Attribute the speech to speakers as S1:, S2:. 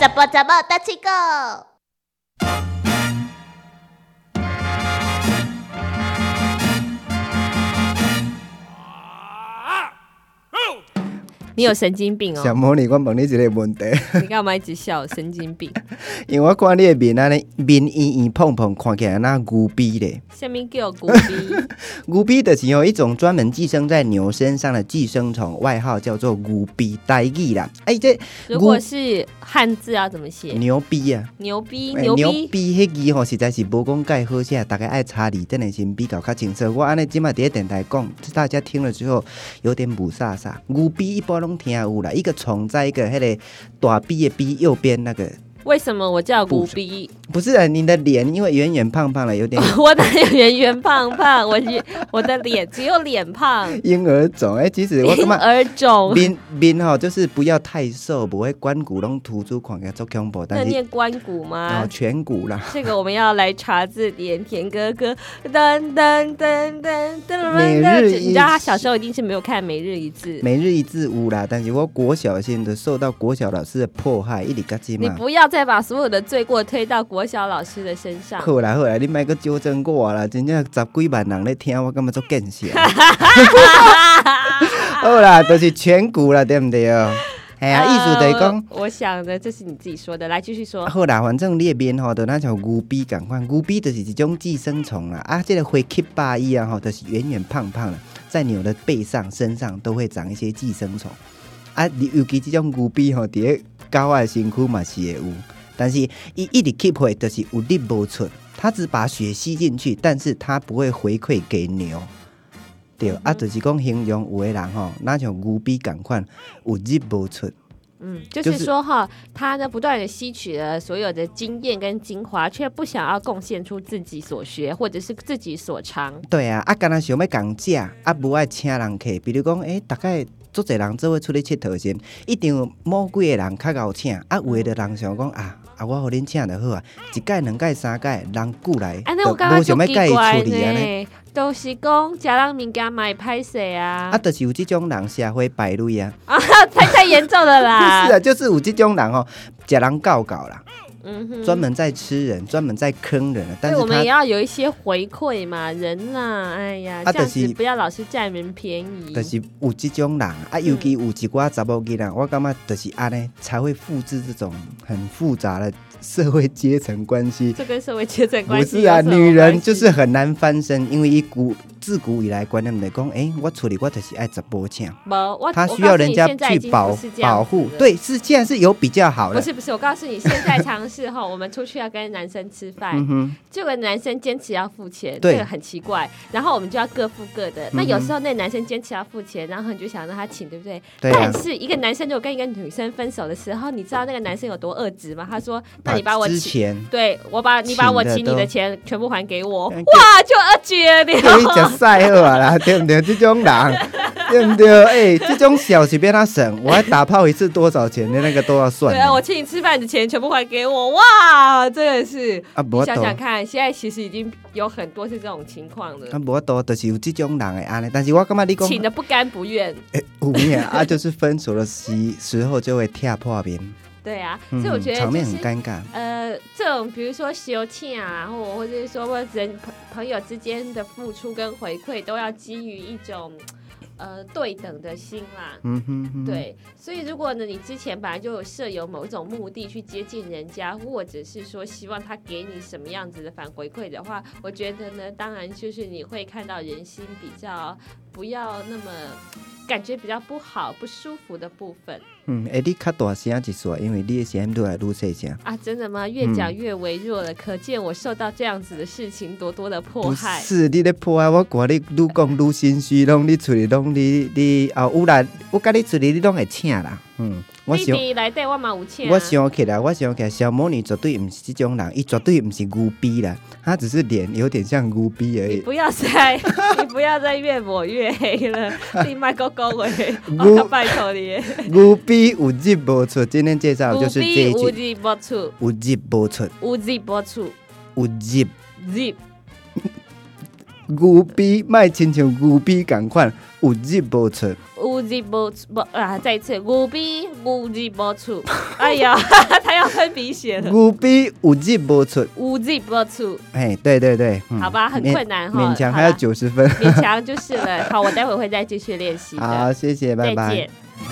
S1: 怎么怎么大七个？
S2: 你有神经病
S3: 想
S2: 哦！
S3: 问你，我问你一个问题，
S2: 你干嘛一直笑？神经病！
S3: 因为我看你的面安尼，面圆圆胖胖，看起来那牛逼咧。
S2: 下面给我鼓 逼，
S3: 牛逼的是有一种专门寄生在牛身上的寄生虫，外号叫做牛逼呆意啦。哎、这
S2: 如果是汉字要怎么写？
S3: 牛逼啊！
S2: 牛逼，
S3: 欸
S2: 牛
S3: 牛
S2: 逼！
S3: 逼迄字吼，实在是无讲介好写，大家爱查字典的先比较较清楚。我安尼即马伫咧电台讲，大家听了之后有点母煞煞。牛逼一般拢听有啦，一个虫在一个迄个大逼的逼右边那个，
S2: 为什么我叫鼓逼？
S3: 不是啊，你的脸因为圆圆胖胖 的，有点
S2: 我哪有圆圆胖胖？我是我的脸只有脸胖，
S3: 婴儿肿。哎、其实我感
S2: 婴
S3: 觉。
S2: 儿肿。
S3: 面面吼，就是不要太瘦，不会关骨拢突出，看起来足恐怖。
S2: 那啊
S3: 但是
S2: 念关谷
S3: 哦
S2: 吗，？
S3: 颧骨啦，
S2: 这个我们要来查字典，田哥哥，噔噔噔噔噔
S3: 每
S2: 噔
S3: 日
S2: 噔，
S3: 一
S2: 你知道他小时候一定是没有看《每日一字》，
S3: 每日一字五啦。但是我国小现在受到国小老师的迫害，一直到啊即
S2: 你
S3: 嘛。
S2: 不要再把所有的罪过推到国小老师的身上。
S3: 好啦好啦，你莫阁纠正我啦，真正十几万人咧听，我感觉足见 笑。好啦，就是颧骨啦，对毋对？哎呀，意思就是讲
S2: 呃，我，我想的这是你自己说的，来继续说。
S3: 啊好啦，反正你的面吼，就那像牛逼共款，牛逼就是一种寄生虫啦。啊，这个灰棘巴伊啊吼，就是圆圆胖胖的，在牛的背上、身上都会长一些寄生虫。啊，你尤其这种牛逼吼，伫咧狗仔的身躯嘛是会有，但是伊一直吸血，就是有力无出，它只把血吸进去，但是它不会回馈给牛。对，啊，就是讲形容有的人吼，那像牛逼共款，有力无出。
S2: 嗯，就
S3: 就是是
S2: 说哈，他呢不断的吸取了所有的经验跟精华，却不想要贡献出自己所学或者是自己所长。
S3: 对啊，啊，敢若想要共食，啊，无爱请人客。比如讲，诶、大概足侪人做伙出去佚佗时，一定有某几个人较贤请，啊，有的人想讲啊，啊，我互恁请就好啊，一届、两届、三届，人久来，
S2: 啊，那我刚
S3: 就
S2: 刚
S3: 无想要
S2: 就
S3: 甲
S2: 奇
S3: 伊
S2: 怪
S3: 处理安啊尼。
S2: 呢，都是讲家人民家买拍谁啊
S3: 啊，？就是有即种人社会败类啊，
S2: 啊，太太严重了啦！
S3: 不是啊，就是有即种人吼、食人搞搞啦，
S2: 嗯哼，
S3: 专门在吃人，专门在坑人啊。但
S2: 对，
S3: 是
S2: 我们也
S3: 他
S2: 要有一些回馈嘛，人呐、哎呀，
S3: 啊
S2: 这样
S3: 就
S2: 子
S3: 是
S2: 不要老是占人便宜。
S3: 就是有即种人啊，
S2: 嗯
S3: 尤其有一寡查某囡仔，我感觉就是安尼才会复制这种很复杂的社会阶层关系。
S2: 这跟社会阶层
S3: 不
S2: 关系
S3: 是啊，
S2: 有什么
S3: 女人
S2: 关系
S3: 就是很难翻身，因为一古自古以来观念来讲，诶、我处理我就是爱直播抢，
S2: 没我，
S3: 她
S2: 啊我
S3: 需
S2: 告
S3: 要
S2: 诉
S3: 人
S2: 你
S3: 家
S2: 现在已
S3: 去
S2: 经不
S3: 保
S2: 是这样
S3: 保
S2: 子
S3: 护
S2: 了。
S3: 对，是现在是有比较好
S2: 不
S3: 的，
S2: 是不是，我告诉你，现在尝试后，我们出去要跟男生吃饭，
S3: 嗯哼，
S2: 这个男生坚持要付钱，
S3: 对嗯
S2: 这个很奇怪。然后我们就要各付各的。那有时候那男生坚持要付钱，然后你就想让他请，对不对？
S3: 对啊
S2: 但是一个男生如果跟一个女生分手的时候，你知道那个男生有多恶质吗？他说：“那你把我
S3: 之
S2: 请，
S3: 前。
S2: 对我把你把我
S3: 请的
S2: 请你的
S3: 都
S2: 钱全部还给我。”
S3: 嗯
S2: 哇，就恶绝
S3: 可以
S2: 了。
S3: 食晒好啊啦，对不对？这种人，对不对？诶，这种小是变他省，我还打炮一次多少钱的那个都要算
S2: 对
S3: 呢。
S2: 啊，我请你吃饭的钱全部还给我，哇，真的是。
S3: 啊，
S2: 你
S3: 无
S2: 想
S3: 多，
S2: 想
S3: 啊
S2: 看，现在其实已经有很多是这种情况了。
S3: 无多，就是有这种人会安尼。但是我感觉你讲
S2: 请的不甘不愿，
S3: 诶有 影啊，就是分手的时时候就会踢破面，
S2: 对啊，
S3: 嗯
S2: 所以我觉得
S3: 场
S2: 就
S3: 面很
S2: 是
S3: 尴尬。
S2: 呃，这种比如说休憩啊，或或者是说人朋朋友之间的付出跟回馈，都要基于一种呃对等的心啦。
S3: 嗯哼哼，
S2: 对，所以如果呢，你之前本来就有设有某一种目的去接近人家，或者是说希望他给你什么样子的反回馈的话，我觉得呢，当然就是你会看到人心比较不要那么感觉比较不好、不舒服的部分
S3: 嗯，诶，你较大声一撮，因为你的声音愈来愈细声。
S2: 啊。真的吗？
S3: 嗯
S2: 越讲越微弱了，可见我受到这样子的事情多多的迫
S3: 不
S2: 害。
S3: 是你咧破坏，我看你愈讲愈心虚，拢你处理拢你你哦有啦，我甲你处理你拢会请啦。嗯，我
S2: 弟
S3: 想。
S2: 弟来带我嘛有钱、啊，
S3: 我想起来，我想起来，小魔女绝对不是这种人，伊绝对不是牛逼啦，她只是脸有点像牛逼而
S2: 你
S3: 已。
S2: 不要 再，你不要再越抹越黑了，你卖狗 狗喂，
S3: 我
S2: 我拜托你。
S3: 牛逼有日无出，今天介绍的就是这一
S2: 有
S3: 集，
S2: zip 播出，
S3: 有日无出，
S2: 有 zip 播出
S3: 有日
S2: ，zip
S3: 牛逼，卖亲像牛逼共款，有入无出。
S2: 乌鸡不不啊！再一次，牛逼乌鸡不出，哎呀， 他要喷鼻血了。
S3: 牛逼有入无出，
S2: 乌鸡不出，
S3: 哎，对对对，嗯
S2: 好吧，很
S3: 勉
S2: 困难哈，
S3: 勉强
S2: 好
S3: 还有
S2: 啦
S3: 九十分。
S2: 勉强就是了。好，我待会会再继续练习的。
S3: 好，谢谢，拜
S2: 再
S3: 拜
S2: 见。。